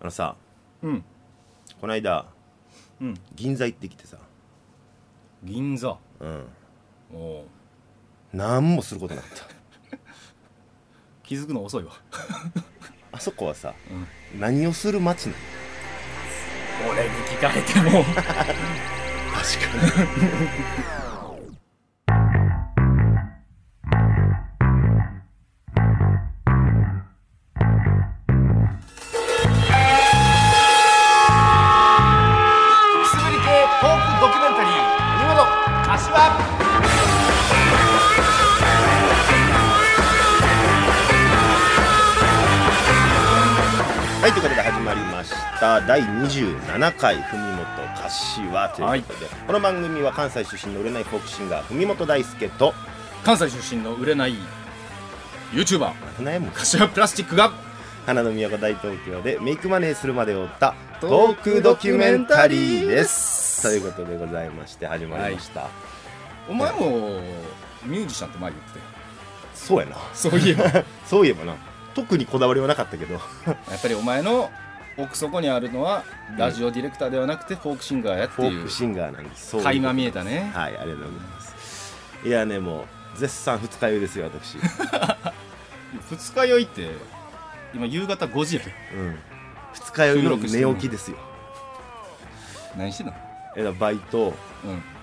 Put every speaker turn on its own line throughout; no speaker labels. あのさ
うん
この間
うん
銀座行ってきてさ
銀座
うん
おおう
何もすることなか った
気づくの遅いわ
あそこはさ、何をする街なの
俺に聞かれても
確か
くすぶり系トークドキュメンタリー見事柏
にはいということで始まりました第27回「文元柏」ということで、この番組は関西出身の売れないフォークシンガー文元大輔と
関西出身の売れない YouTuber
悩む
柏プラスチックが
花の都大東京でメイクマネーするまでを追ったトークドキュメンタリーですということでございまして始まりました、
お前もミュージシャンって前言ってたよ
そうやな
そういえばや
そういえばな特にこだわりはなかったけど
っぱりお前の奥底にあるのはラジオディレクターではなくてフォークシンガーやって
フォ
い
ー
う
クシンガーなんですそういうこと
垣間見えたね
はいありがとうございますいやねもう絶賛二日酔いですよ 私
二日酔いって今夕方5時やで
うん二日酔いの寝起きですよ
何してんの
えだからバイト
うんうん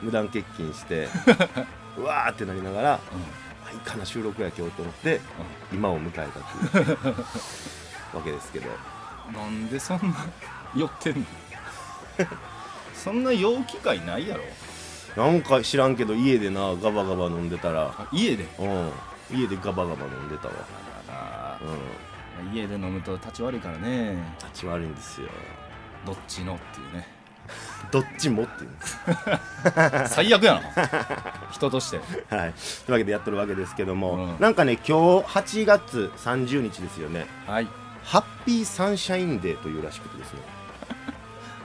無断欠勤して うわーってなりながらあいいかな収録や今日と思って今を迎えたというわけですけど
なんでそんな酔って んのそんな陽気会ないやろ
なんか知らんけど家でなガバガバ飲んでたら
あ家で
うん家でガバガバ飲んでたわ
あ
うん
ー家で飲むと立ち悪いからね
立ち悪いんですよ
どっちのっていうね
どっちもっていう
最悪やな人として
はい、というわけでやってるわけですけども、
うん
なんかね今日8月30日ですよね
はい
ハッピーサンシャインデーというらしくてですね、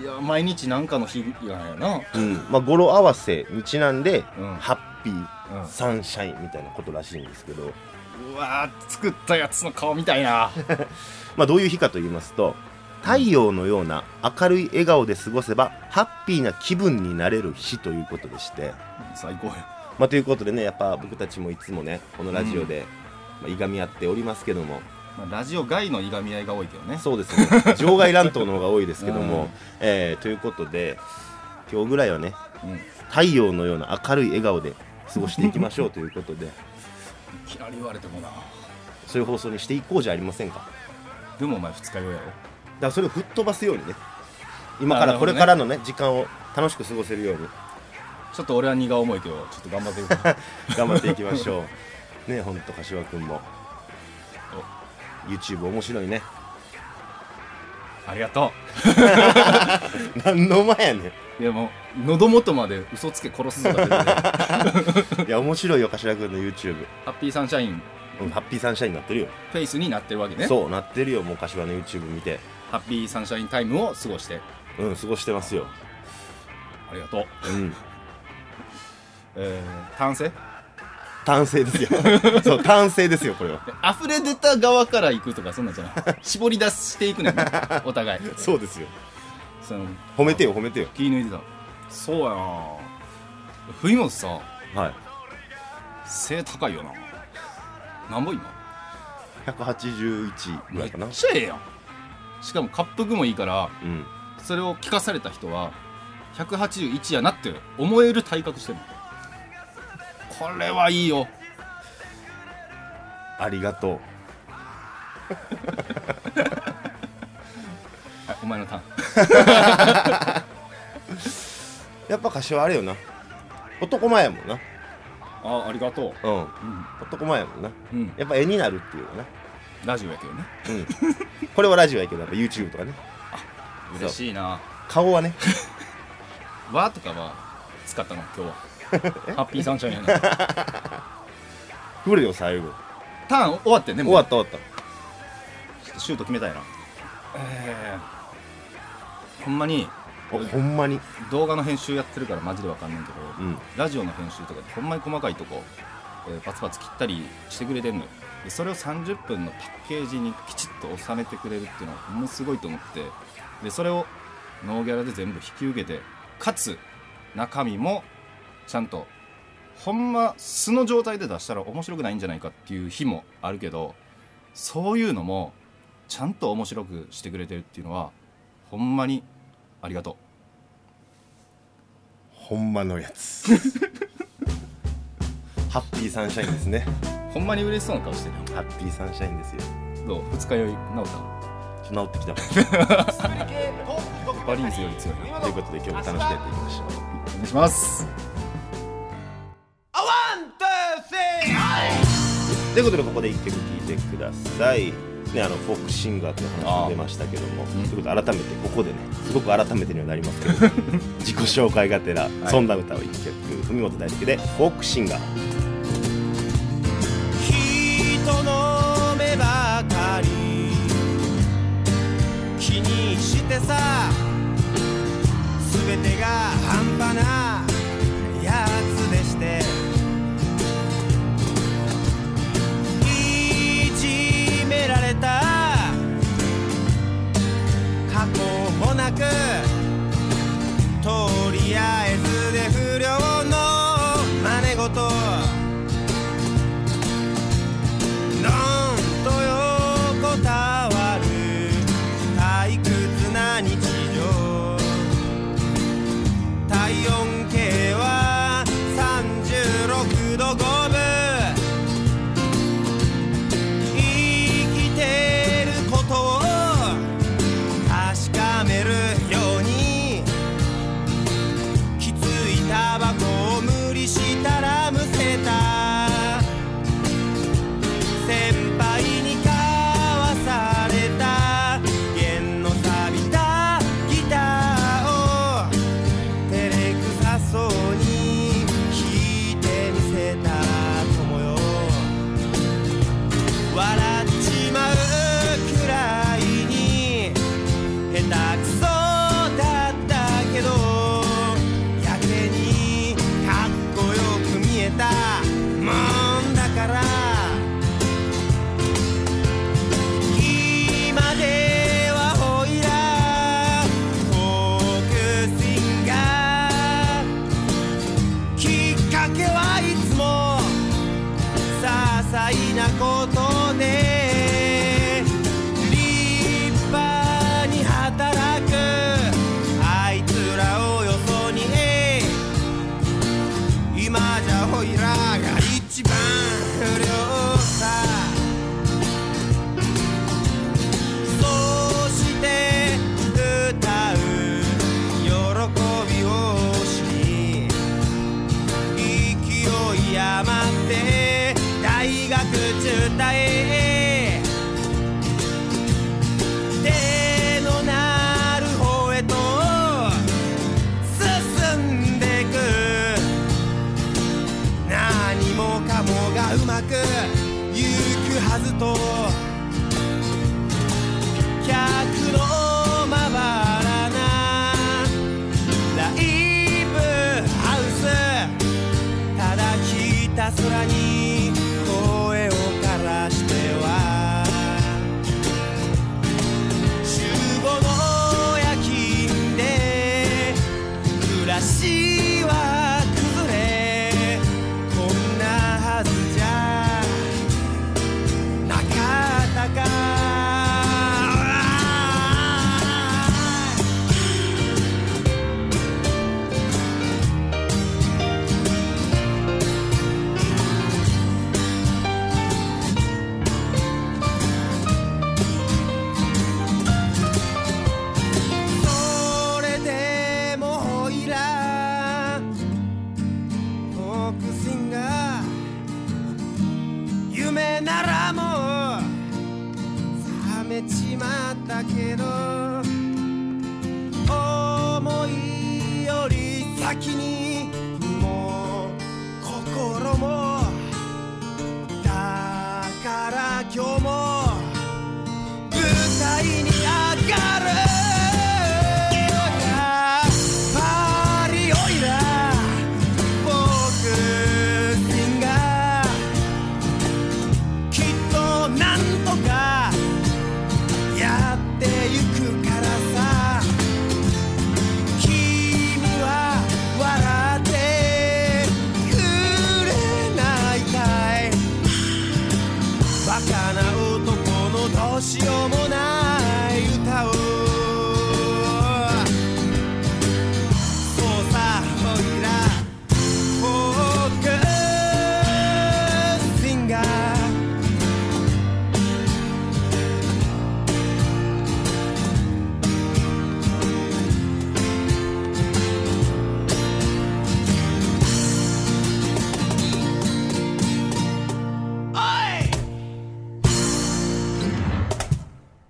いや毎日なんかの日やんやな
うんまあ、語呂合わせにちなんで、
うん
ハッピーサンシャインみたいなことらしいんですけど、
うわー作ったやつの顔みたいな
まあ、どういう日かと言いますと太陽のような明るい笑顔で過ごせばハッピーな気分になれる日ということでして、
最高や
まあ、ということでねやっぱ僕たちもいつもねこのラジオで、まあ、いがみ合っておりますけども、
まあラジオ外のいがみ合いが多いけどね
そうですね場外乱闘の方が多いですけども、
うん
えーということで今日ぐらいはね
うん、い
太陽のような明るい笑顔で過ごしていきましょうということ で
きなり言われてもな
そういう放送にしていこうじゃありませんかだか
でもお前二日酔いや
らそれを吹っ飛ばすようにね今からこれからのね時間を楽しく過ごせるように
ろちょっと俺は荷が重いけどちょっと頑張っていこう
頑張っていきましょ うねほんと柏君も YouTube 面白いね
ありがとう
何の前やね
いやもう喉元まで嘘つけ殺すぞ だってハ
んいや面白いよ柏君の YouTube、
ッピーサンシャイン
うん、ハッピーサンシャインになってるよ
フェイスになってるわけね
そうなってるよもう柏の YouTube 見て
ハッピーサンシャインタイムを過ごして
うん過ごしてますよ
あり がとう
うん
えー、単性
単性です よそう単性ですよこれは
溢れ出た側から行くとかそんなんじゃない 絞り出していくねんねお互い
そうですよ
その
褒めてよ褒めてよ
気抜いてたそうやな冬本さ
はい
背高いよななんぼ今
181ぐ
め
ら
っ
いかな
ちゃええやんしかも恰幅もいいから
うん
それを聞かされた人は181やなって思える体格してるこれはいいよ
ありがとう
はいお前のターン
やっぱ柏あれよな男前やもんな
あありがとう
うん
うん、
男前やもんな
うん、
やっぱ絵になるっていうかな
ラジオやけどね
うんこれはラジオやけどやっぱ YouTube とかねそう
嬉しいな
顔はね
「わ」とかは使ったの今日はハッピーサンシャインやな
来るよ最後
ターン終わってんね
終わ
っ
った終わった
シュート決めたいなえー、ほんまに
たおほんまに
動画の編集やってるからマジでわかんないけど、
うん
ラジオの編集とかでほんまに細かいとこ、えー、パツパツ切ったりしてくれてんのよでそれを30分のパッケージにきちっと収めてくれるっていうのはものすごいと思ってでそれをノーギャラで全部引き受けてかつ中身もちゃんとほんま素の状態で出したら面白くないんじゃないかっていう日もあるけどそういうのもちゃんと面白くしてくれてるっていうのはほんまにありがとう
ほんまのやつ ハッピーサンシャインですね
ほんまに嬉しそうな顔してる
ハッピーサンシャインですよ
どう二日酔い直った
ちょっと治ってきた
バリンスより強い
なということで今日も楽しくやっていきましょう
お願いします
ということでここで一曲聴いてください、ね、あのフォークシンガーという話も出ましたけども、
ーうん
ということで改めてここでねすごく改めてにはなりますけど 自己紹介がてら、そんな歌を一曲文本大輔でフォークシンガー
人の目ばかり気にしてさ全てが半端なやつでしていじめられた過去もなくとりあえずで不良の真似事なんと横たわる退屈な日常体温計は36度5分生きてることを確かめるようにきついタバコを無理したらむせた先輩にかわされた弦の錆びたギターを照れくさそうに弾いてみせた友よ笑っちまうくらいに下手くそだったけどやけにかっこよく見えたもんだから今ではほいらフォークシンガーきっかけはいつも些細なことで立派に働くあいつらをよそに今じゃほいらが一番不良さそうして歌う喜びを知り勢い余って大学中退手のなる方へと進んでく何もかもがうまくゆくはずと客のまばらなライブハウスただひたすらに声を枯らしては週5の夜勤で暮らしは崩れこんなはずじゃなかったかそれでもほいらフォークシンガー夢ならもう冷めちまったけど思いより先にもう心もだから今日も舞台に上がるパリオイラ僕シンガーきっと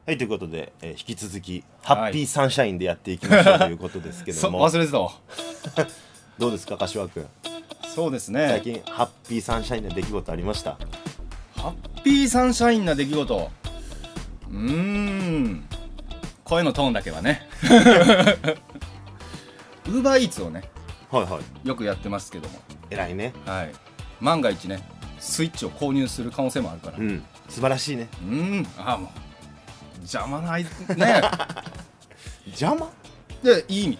ということで、えー引き続きハッピーサンシャインでやっていきましょうということですけ
そ
ど
う
も、
忘れてたわ
どうですか柏君
そうです
最
ね
近ハッピーサンシャインな出来事ありました
ハッピーサンシャインな出来事うーん声のトーンだけはね ウーバーイーツをね
はいはい
よくやってますけども、
偉いね
はい、万が一ねスイッチを購入する可能性もあるから
うん素晴らしいね
うーんああもう邪魔な いね
邪魔
でいい意味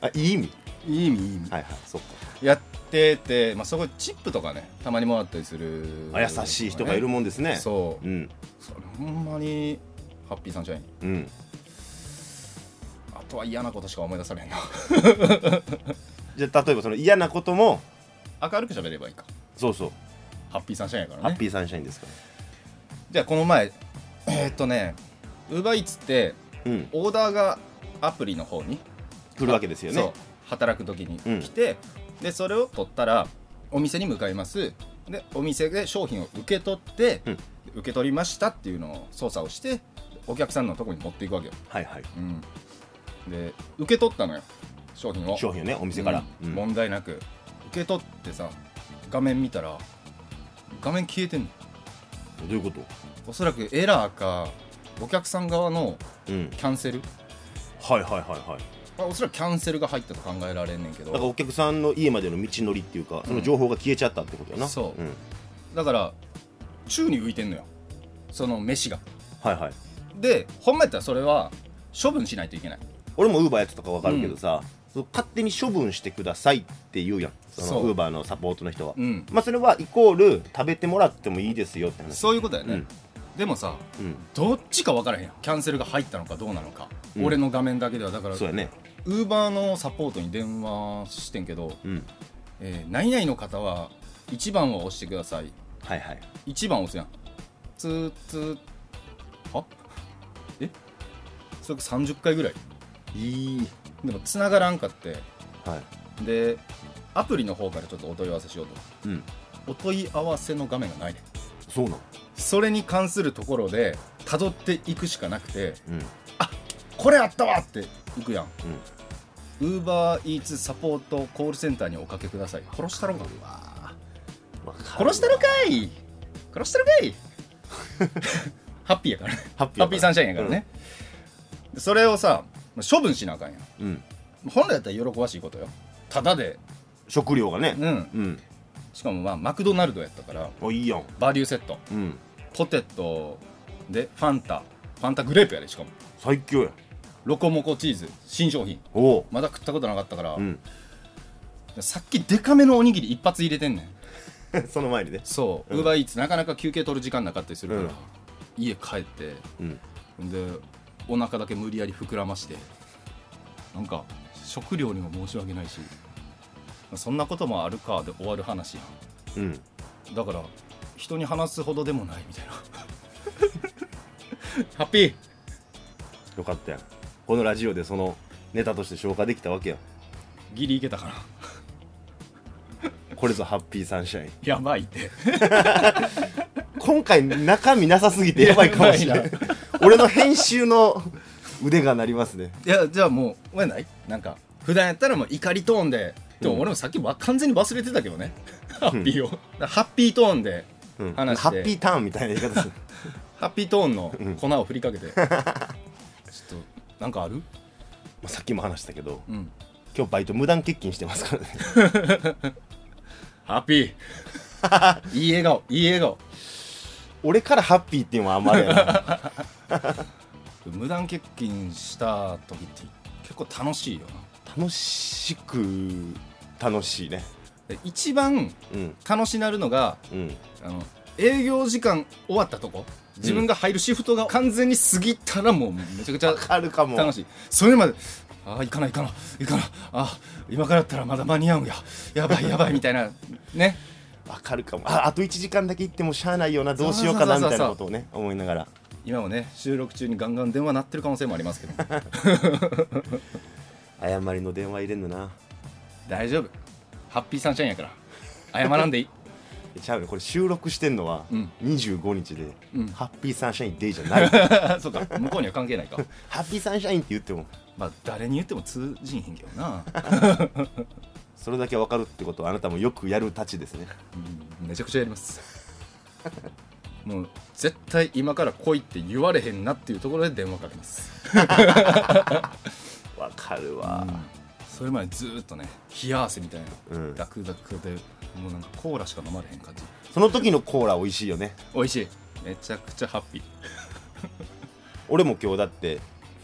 あいい意味
いい意味いい意味
はいはいそっか
やってて、まあ、そこでチップとかねたまにもらったりする、
あ優しい人がいるもんですね
そう
うん
それほんまにハッピーサンシャイン
うん
あとは嫌なことしか思い出されへんな
じゃあ例えばその嫌なことも
明るく喋ればいいか
そうそう
ハッピーサンシャインやから
ハッ
ね
ピーサンシャインですか
じゃあこの前えーっとねウーバーイーツって
らうん
オーダーがアプリの方に
来るわけですよ
そう
ね
働く時に来て、でそれを取ったらお店に向かいますでお店で商品を受け取って、
うん
受け取りましたっていうのを操作をしてお客さんのとこに持っていくわけよ、
はいはい
うん、で受け取ったのよ商品を
商品をねお店から
うん
うん
問題なく受け取ってさ画面見たら画面消えてんの
どういうこと
おそらくエラーかお客さん側の
うん
キャンセル、
はいはいはいはい
まあ、おそらくキャンセルが入ったと考えられんねんけど
だからお客さんの家までの道のりっていうかその情報が消えちゃったってことやな
うんそうんだから宙に浮いてんのよその飯が
はいはい
でほんまやったらそれは処分しないといけない
俺もウーバーやってたから分かるけどさ、そう勝手に処分してくださいって言うやんその
そう
ウーバーのサポートの人は、
うん
まあそれはイコール食べてもらってもいいですよって話
そういうことだよね、でもさ
うん、
どっちか分からへんやんキャンセルが入ったのかどうなのか、
うん
俺の画面だけではだから
そうやね
ウーバーのサポートに電話してんけど、
うん
えー何々の方は1番を押してください
はいはい
1番押すやんツーツーはえそれが30回ぐらい
いい
でも繋がらんかって
はい
でアプリの方からちょっとお問い合わせしようと
うん
お問い合わせの画面がないね
そうなの
それに関するところで辿っていくしかなくて
うん
これあったわって行くやん
うん
ウーバーイーツサポートコールセンターにおかけください殺したろか
わかるわ
殺したろかい殺したろかいハッピーやからね
ハッピー
ハッピーサンシャインやからね、でそれをさ処分しなあかんやん
うん、うん
本来だったら喜ばしいことよただで
食料がね
うん
うん、
しかもまあマクドナルドやったから
あいいやん
バリューセット
うん
ポテトでファンタファンタグレープやでしかも
最強や
ロコモコチーズ新商品
おお
まだ食ったことなかったから、
う、ん、
さっきデカめのおにぎり一発入れてんねん
その前にね
そう
うん
ウーバーイーツなかなか休憩取る時間なかったりするから、
うん
家帰って
うん
でお腹だけ無理やり膨らましてなんか食料にも申し訳ないしそんなこともあるかで終わる話や
うん
んだから人に話すほどでもないみたいな ハッピー
よかったやんこのラジオでそのネタとして消化できたわけやん
ギリいけたかな
これぞハッピーサンシャイン
やばいって
今回中身なさすぎてやばいかもしれな
やば
い
いな
俺の編集の腕が鳴りますね
いやじゃあもうお前ないなんか普段やったらもう怒りトーンででも俺もさっきわ完全に忘れてたけどね、 ハッピーをだからハッピートーンで、
うんハ
話して
ッピーターンみたいな言い 方する
ハッピートーンの粉を振りか けて、ちょっとなんかある
まあさっきも話したけど
うん
今日バイト無断欠勤してますからね
ハッピー いい笑顔いい笑顔
俺からハッピーっていうのはあんまりやな
無断欠勤した時って結構楽しいよな
楽しく楽しいね
で一番
うん
楽しなるのが
うん
あの営業時間終わったとこ自分が入るシフトが完全に過ぎたらもうめちゃくちゃ
あるかも
楽しいそれまでああ行かない行かない行かないあー今からだったらまだ間に合うんややばいやばいみたいなね
わかるかもああと1時間だけ行ってもしゃあないよなどうしようかなみ
そう
た
そうそうそう
いなことをね思いながら
今もね収録中にガンガン電話鳴ってる可能性もありますけど
謝りの電話入れんのな
大丈夫ハッピーサンシャインやから謝らんでいい
ちゃうねこれ収録してんのは
うん
25日で、
うん
ハッピーサンシャインデイじゃない
そうか向こうには関係ないか
ハッピーサンシャインって言っても
まあ誰に言っても通じんへんけどな、
それだけわかるってことはあなたもよくやるたちですね
うんめちゃくちゃやりますもう絶対今から来いって言われへんなっていうところで電話かけます、
わかるわ
うんそれまでずーっとね冷や汗みたいな、
うん
ダクダクでもうなんかコーラしか飲まれへん感じ
その時のコーラ美味しいよね
美味しいめちゃくちゃハッピー
俺も今日だって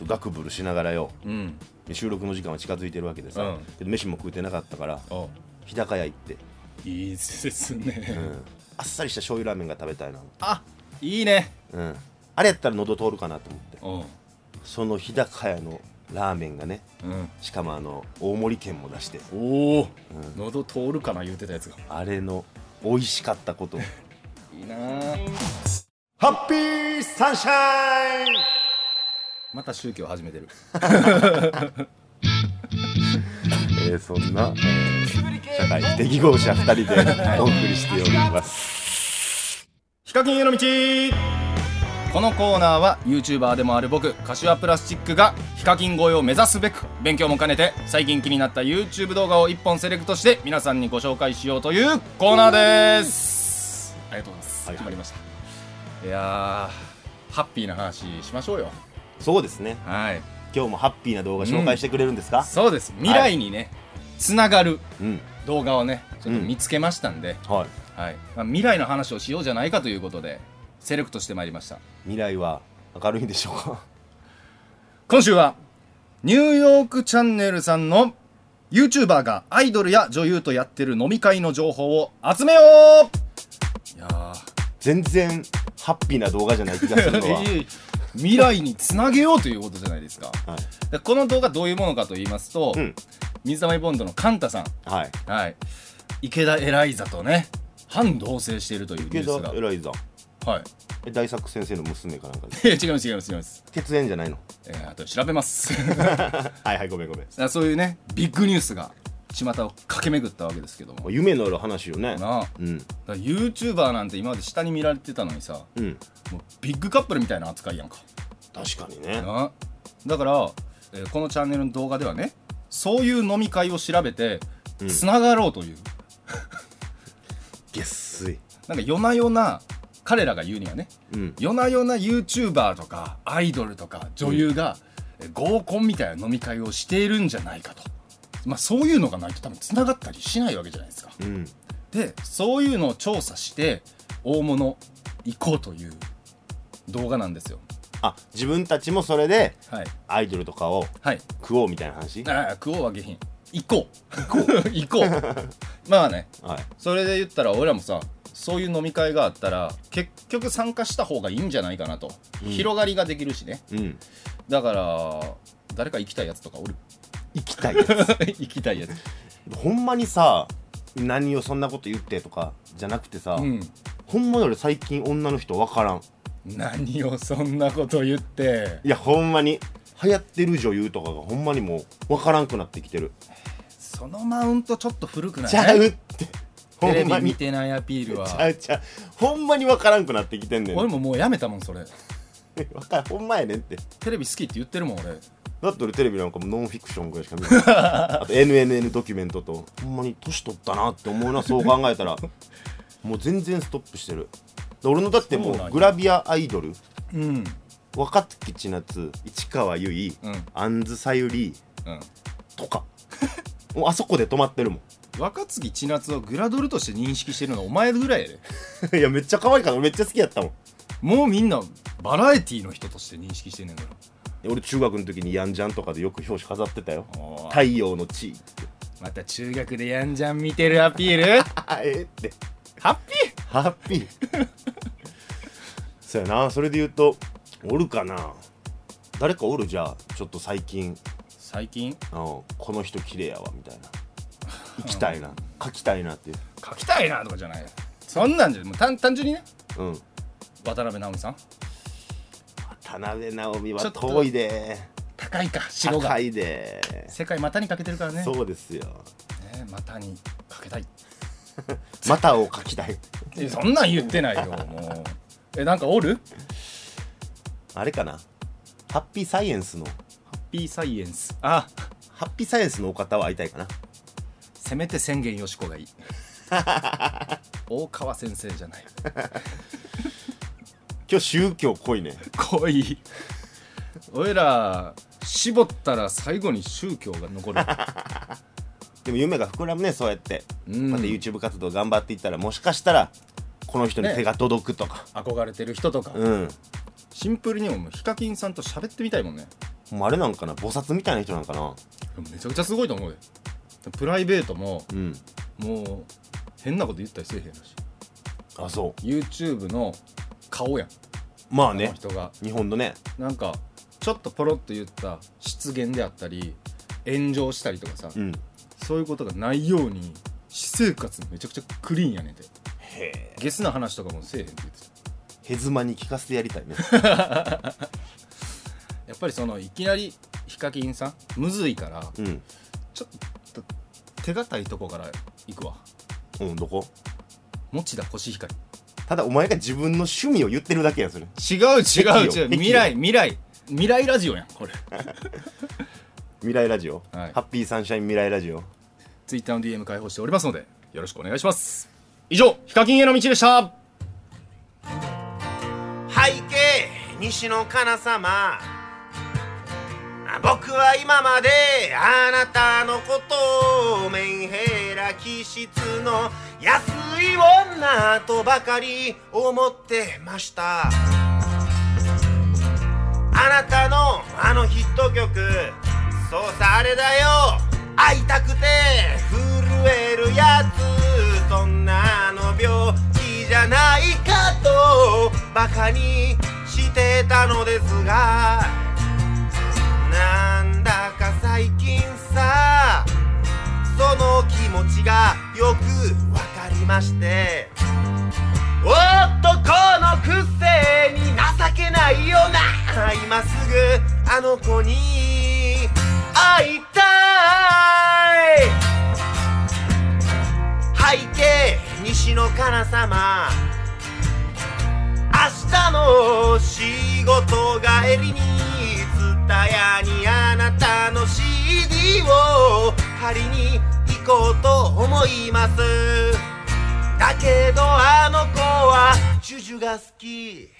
ガクブルしながらよ
うん
収録の時間は近づいてるわけでさ、
うん
けど飯も食うてなかったから
あ
日高屋行って、
いいです
う
ね、
んあっさりした醤油ラーメンが食べたいな、
あいいね
うん、あれやったら喉通るかなと思って
うん
その日高屋のラーメンがね
うん
しかもあの大盛り券も出して
おお、
うん
喉通るかな言うてたやつが
あれの美味しかったこと
いいな
ハッピーサンシャイン
また宗教始めてる
えー、そんな、えー社会不適合者2人でお送りしております。
ヒカキンへの道このコーナーは YouTuber でもある僕柏プラスチックがヒカキン越えを目指すべく勉強も兼ねて最近気になった YouTube 動画を1本セレクトして皆さんにご紹介しようというコーナーですありがとうございます、
はい
決まりましたいやーハッピーな話しましょうよ
そうですね。
はい
今日もハッピーな動画紹介してくれるんですか？
そうです未来にねつながる
うん。
動画をねちょっと
うん
見つけましたんで、
はい。
はいまあ未来の話をしようじゃないかということでセレクトしてまいりました
未来は明るいんでしょうか？
今週はニューヨークチャンネルさんの YouTuber がアイドルや女優とやってる飲み会の情報を集めよういや
全然ハッピーな動画じゃない気がするの は。
ー未来につなげようということじゃないですか
はい。
でこの動画どういうものかと言いますと、
うん。
水溜りボンドのカンタさ
はい。
ん、はい、池田エライザとね反同棲しているというニュ
け
ース
ど
が
エライザ、
はい
え大作先生の娘かなんかで
いや違います違います違います、
血縁じゃないの？
えー、あと調べます
はいはいごめんごめん。
あそういうねビッグニュースが巷を駆け巡ったわけですけども
夢のある話よね。
なあ
うん
だから YouTuber なんて今まで下に見られてたのにさ
うん。
もうビッグカップルみたいな扱いやんか
確かにね。
なだから、えーこのチャンネルの動画ではねそういう飲み会を調べて
うん
つながろうという、
げっすい。
なんか夜な夜な彼らが言うにはね
うん。
夜な夜な YouTuber とかアイドルとか女優が、えー合コンみたいな飲み会をしているんじゃないかと、まあ、そういうのがないと多分つながったりしないわけじゃないですか
うん。
でそういうのを調査して大物行こうという動画なんですよ
あ自分たちもそれで
はい
アイドルとかを
はい
食おうみたいな話？
ああ食おうは下品行こう行こう 行こうまあね
はい。
それで言ったら俺らもさそういう飲み会があったら結局参加した方がいいんじゃないかなと、
うん
広がりができるしね
うん。
だから誰か行きたいやつとかおる
行きたいやつ
行きたいやつ
ほんまにさ何をそんなこと言ってとかじゃなくてさ、
うん
ほんまに俺最近女の人分からん
何をそんなこと言って
いやほんまに流行ってる女優とかがほんまにもう分からんくなってきてる
そのマウントちょっと古くない
ちゃうってほ
テレ
ん
ビ
ま
見
に
てないアピールは
ちゃうちゃうほんまに分からんくなってきてんねん
俺ももうやめたもんそれ
わから んほんまやねんって
テレビ好きって言ってるもん俺
だって俺テレビなんかもノンフィクションぐらいしか見ない あと NNN ドキュメントとほんまに年取ったなって思うなそう考えたらもう全然ストップしてるで俺のだっても
そうなん
う
や
グラビアアイドル
うん
若槻千夏市川由衣
うん
杏さゆり
うん
とかもうあそこで止まってるも
若槻千夏をグラドルとして認識してるのはお前ぐらいやで
ん いやめっちゃ可愛いから俺めっちゃ好きやったもん
もうみんなバラエティの人として認識してんねんから
で俺中学の時にヤンジャンとかでよく表紙飾ってたよ
おー
太陽の地位って
また中学でやんじゃん見てるアピー ル
あええって
ハッピ
ハッピー そうやなそれで言うとおるかな誰かおるじゃあちょっと最近
ー最近
あのこの人綺麗やわみたいな行きたい な書きたいなっていう
書きたいなとかじゃないそんなんじゃもう単単純にね
うん
渡辺直美さん
田辺直美
ちょ
は
っと
遠いで
高いか白が
高いで
世界股にかけてるからね
そうですよ
ね股にかけたい
またを描きたい
えそんなん言ってないよもうえなんかおる
あれかなハッピーサイエンスの
ハッピーサイエンスあ
ハッピーサイエンスのお方は会いたいかな
せめて宣言よしこがいい大川先生じゃない
今日宗教濃いね
濃い俺ら絞ったら最後に宗教が残る
でも夢が膨らむねそうやって、
うん
また YouTube 活動頑張っていったらもしかしたらこの人に手が届くとか、
憧れてる人とか、
うん
シンプルにももうヒカキンさんと喋ってみたいもんね
もうあれなんかな菩薩みたいな人なんかな
でもめちゃくちゃすごいと思うよプライベートも
うん
もう変なこと言ったりせえへんらし
あそう
い YouTube の顔やん
まあ
この
ね
人が
日本のね
なんかちょっとポロッと言った失言であったり炎上したりとかさ、
うん
そういうことがないように私生活めちゃくちゃクリーンやねんて
へえ
ゲスな話とかもせえへんって言ってた
へずまに聞かせてやりた いね
やっぱりそのいきなりヒカキンさんむずいから
うん
ちょっと手堅いとこから行くわ
うんどこ
持田コシヒカリ
ただお前が自分の趣味を言ってるだけやんそれ
違う違う
敵
違
よ
う
敵
未
よ
来未来未来ラジオやんこれ
未来ラジオ、
はい
ハッピーサンシャイン未来ラジオ
ツイッターの DM 開放しておりますのでよろしくお願いします以上ヒカキンへの道でした
背景西野カナ様僕は今まであなたのことをメンヘラ気質の安い女とばかり思ってましたあなたのあのヒット曲そうさあれだよ会いたくて震えるやつそんなの病気じゃないかとバカにしてたのですがなんだか最近さその気持ちがよくわかりまして男のくせに情けないよな今すぐあの子に会いたい背景西野カナ様明日の仕事帰りに蔦屋にあなたの CD を借りに行こうと思いますだけどあの子はジュジュが好き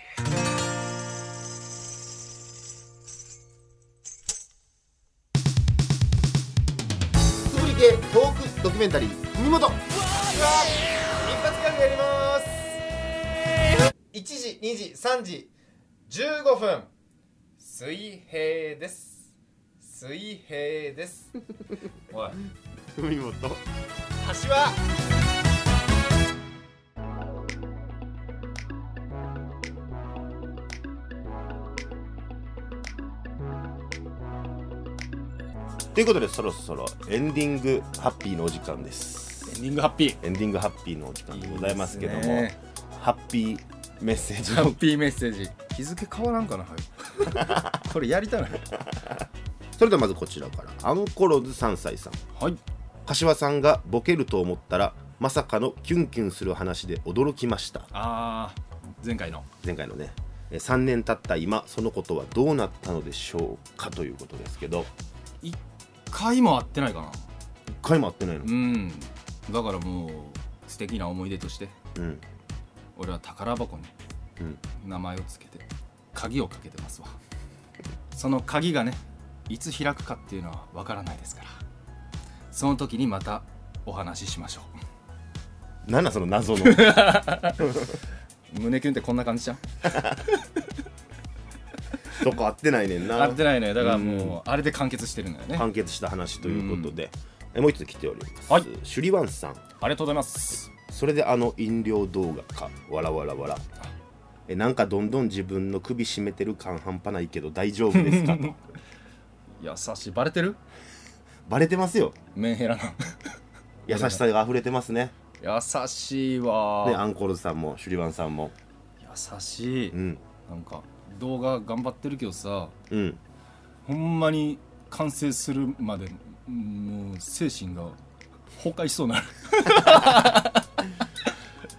つぶり系トークドキュメンタリー「海本」一発ギャグやります
1時2時3時15分水平です水平ですおい
海本
橋は
ということでそろそろエンディングハッピーのお時間です
エンディングハッピー
エンディングハッピーのお時間でございますけども
いいですね
ハッピーメッセージ
ハ
を
ッピーメッセージ日付変わらんかなはい これやりたない
それではまずこちらからアンコロズ3歳さん
はい
柏さんがボケると思ったらまさかのキュンキュンする話で驚きました
あー前回の
前回のねえー3年経った今そのことはどうなったのでしょうかということですけど
1回も会ってないかな
一回も会ってないの
うんだからもう素敵な思い出として
うん
俺は宝箱に
うん
名前をつけて鍵をかけてますわその鍵がねいつ開くかっていうのはわからないですからその時にまたお話ししましょ
なんなんその謎の
う胸キュンってこんな感じじゃん
どこ会ってないねんな
合ってないのよだからもうあれで完結してるのよねあり
完結した話ということで、えもう一つ来ております、
はい
シュリワンさん
がとうございます
それであの飲料動画かわらわらわらえなんかどんどん自分の首絞めてる感半端ないけど大丈夫です かと
優しいバレてる
バレてますよ
メンヘラな
優しさが溢れてますね
優しい
ね
わ
アンコールズさんもシュリワンさんも
優しい
うん
なんか動画頑張ってるけどさ
うん
ほんまに完成するまでもう精神が崩壊しそうになる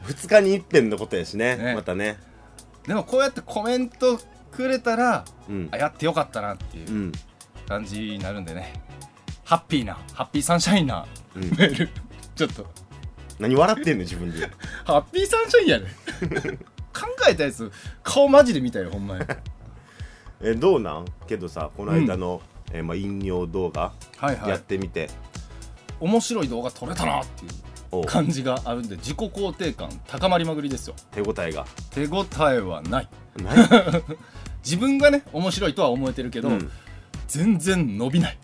2日に一遍のことやしね
ね
またね
でもこうやってコメントくれたら、
うん
あやってよかったなっていううん感じになるんでね、ハッピーなハッピーサンシャインな
うん
メール、 ちょっと
何笑ってんの自分で
ハッピーサンシャインやね 考えたやつ顔マジで見たよほん まに
えどうなんけどさこの間の、えーまあ、引用動画
はいは
や
い
ってみて、
面白い動画撮れたなっていう
おう
感じがあるんで自己肯定感高まりまぐりですよ
手応えが
手応えはない
ない
自分がね面白いとは思えてるけど、
うん
全然伸びない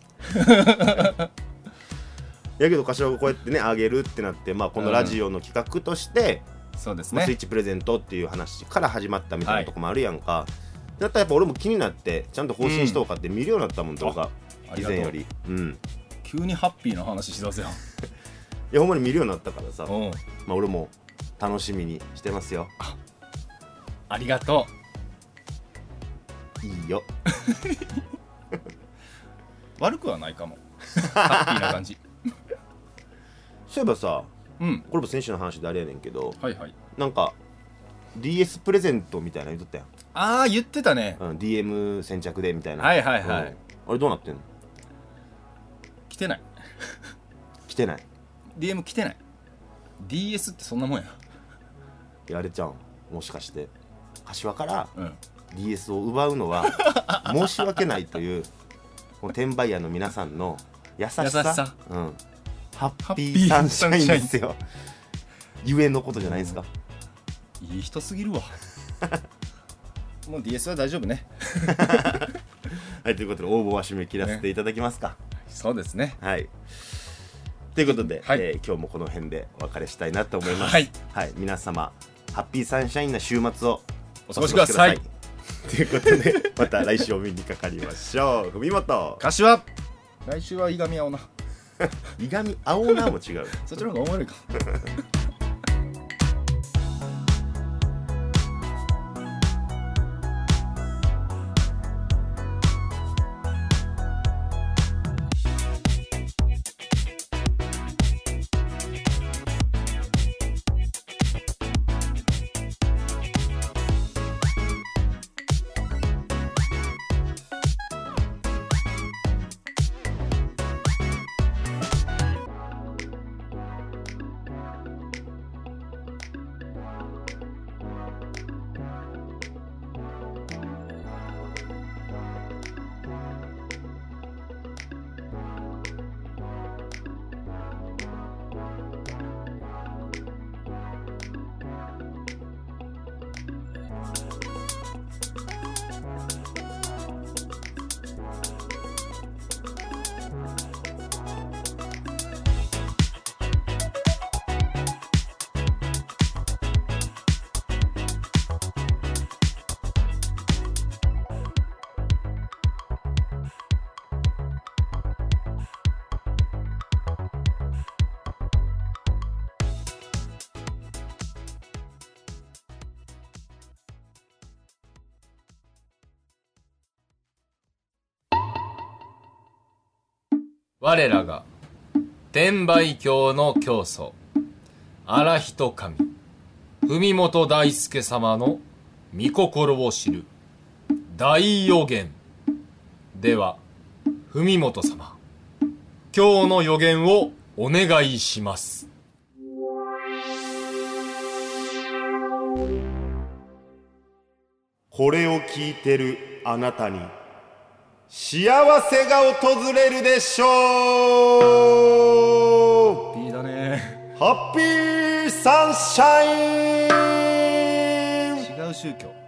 やけど柏がこうやってねあげるってなって、まあ、このラジオの企画として、
そうです
まあ、スイッ
ね
チプレゼントっていう話から始まったみたい
は
ないとこもあるやんか、だったらやっぱ俺も気になってちゃんと更新しとうかって見るようになったもんとか、
ああり
以
がとう
前よりうん
急にハッピーな話しだせよ
いやほんまに見るようになったからさ、
うん
まあ、俺も楽しみにしてますよ
ありがと
いいよ
う悪くはない かもハッピーな感じ
そういえばさ
うん
これも選手の話であれやねんけど
はいはい
なんか DS プレゼントみたいなの言っとった
ああ言ってたね
やん、うん、DM 先着でみたいな
はいはいはい
うんあれどうなってんの
来てない
来てない
DM 来てない DS ってそんなもんや
やれちゃうんもしかして柏から
うん
DS を奪うの は申し訳ないというこの転売屋の皆さんの優しさ
優しさ
うん、ハッピ
ハッピ
ー
ー
サンシャインですよゆえのことじゃないですか
いい人すぎるわ もう DS は大丈夫ね
はいということで応募は締め切らせていただきますか、
そうですね
はい。ということで、
はい
えー今日もこの辺でお別れしたいなと思います。
はい、
皆様、ハッピーサンシャインな週末を
お過ごしください
お過ごしください。ということで、また来週お目にかかりましょ う。文元、
柏来週はいがみ合おうな
伊上青菜も違う。
そっちの方がおもろいか
我らが天売教の教祖荒人神文本大輔様の御心を知る大予言では文本様今日の予言をお願いします
これを聞いてるあなたに、幸せが訪れるでしょう
いいだね
ハッピーサンシャイン
違う宗教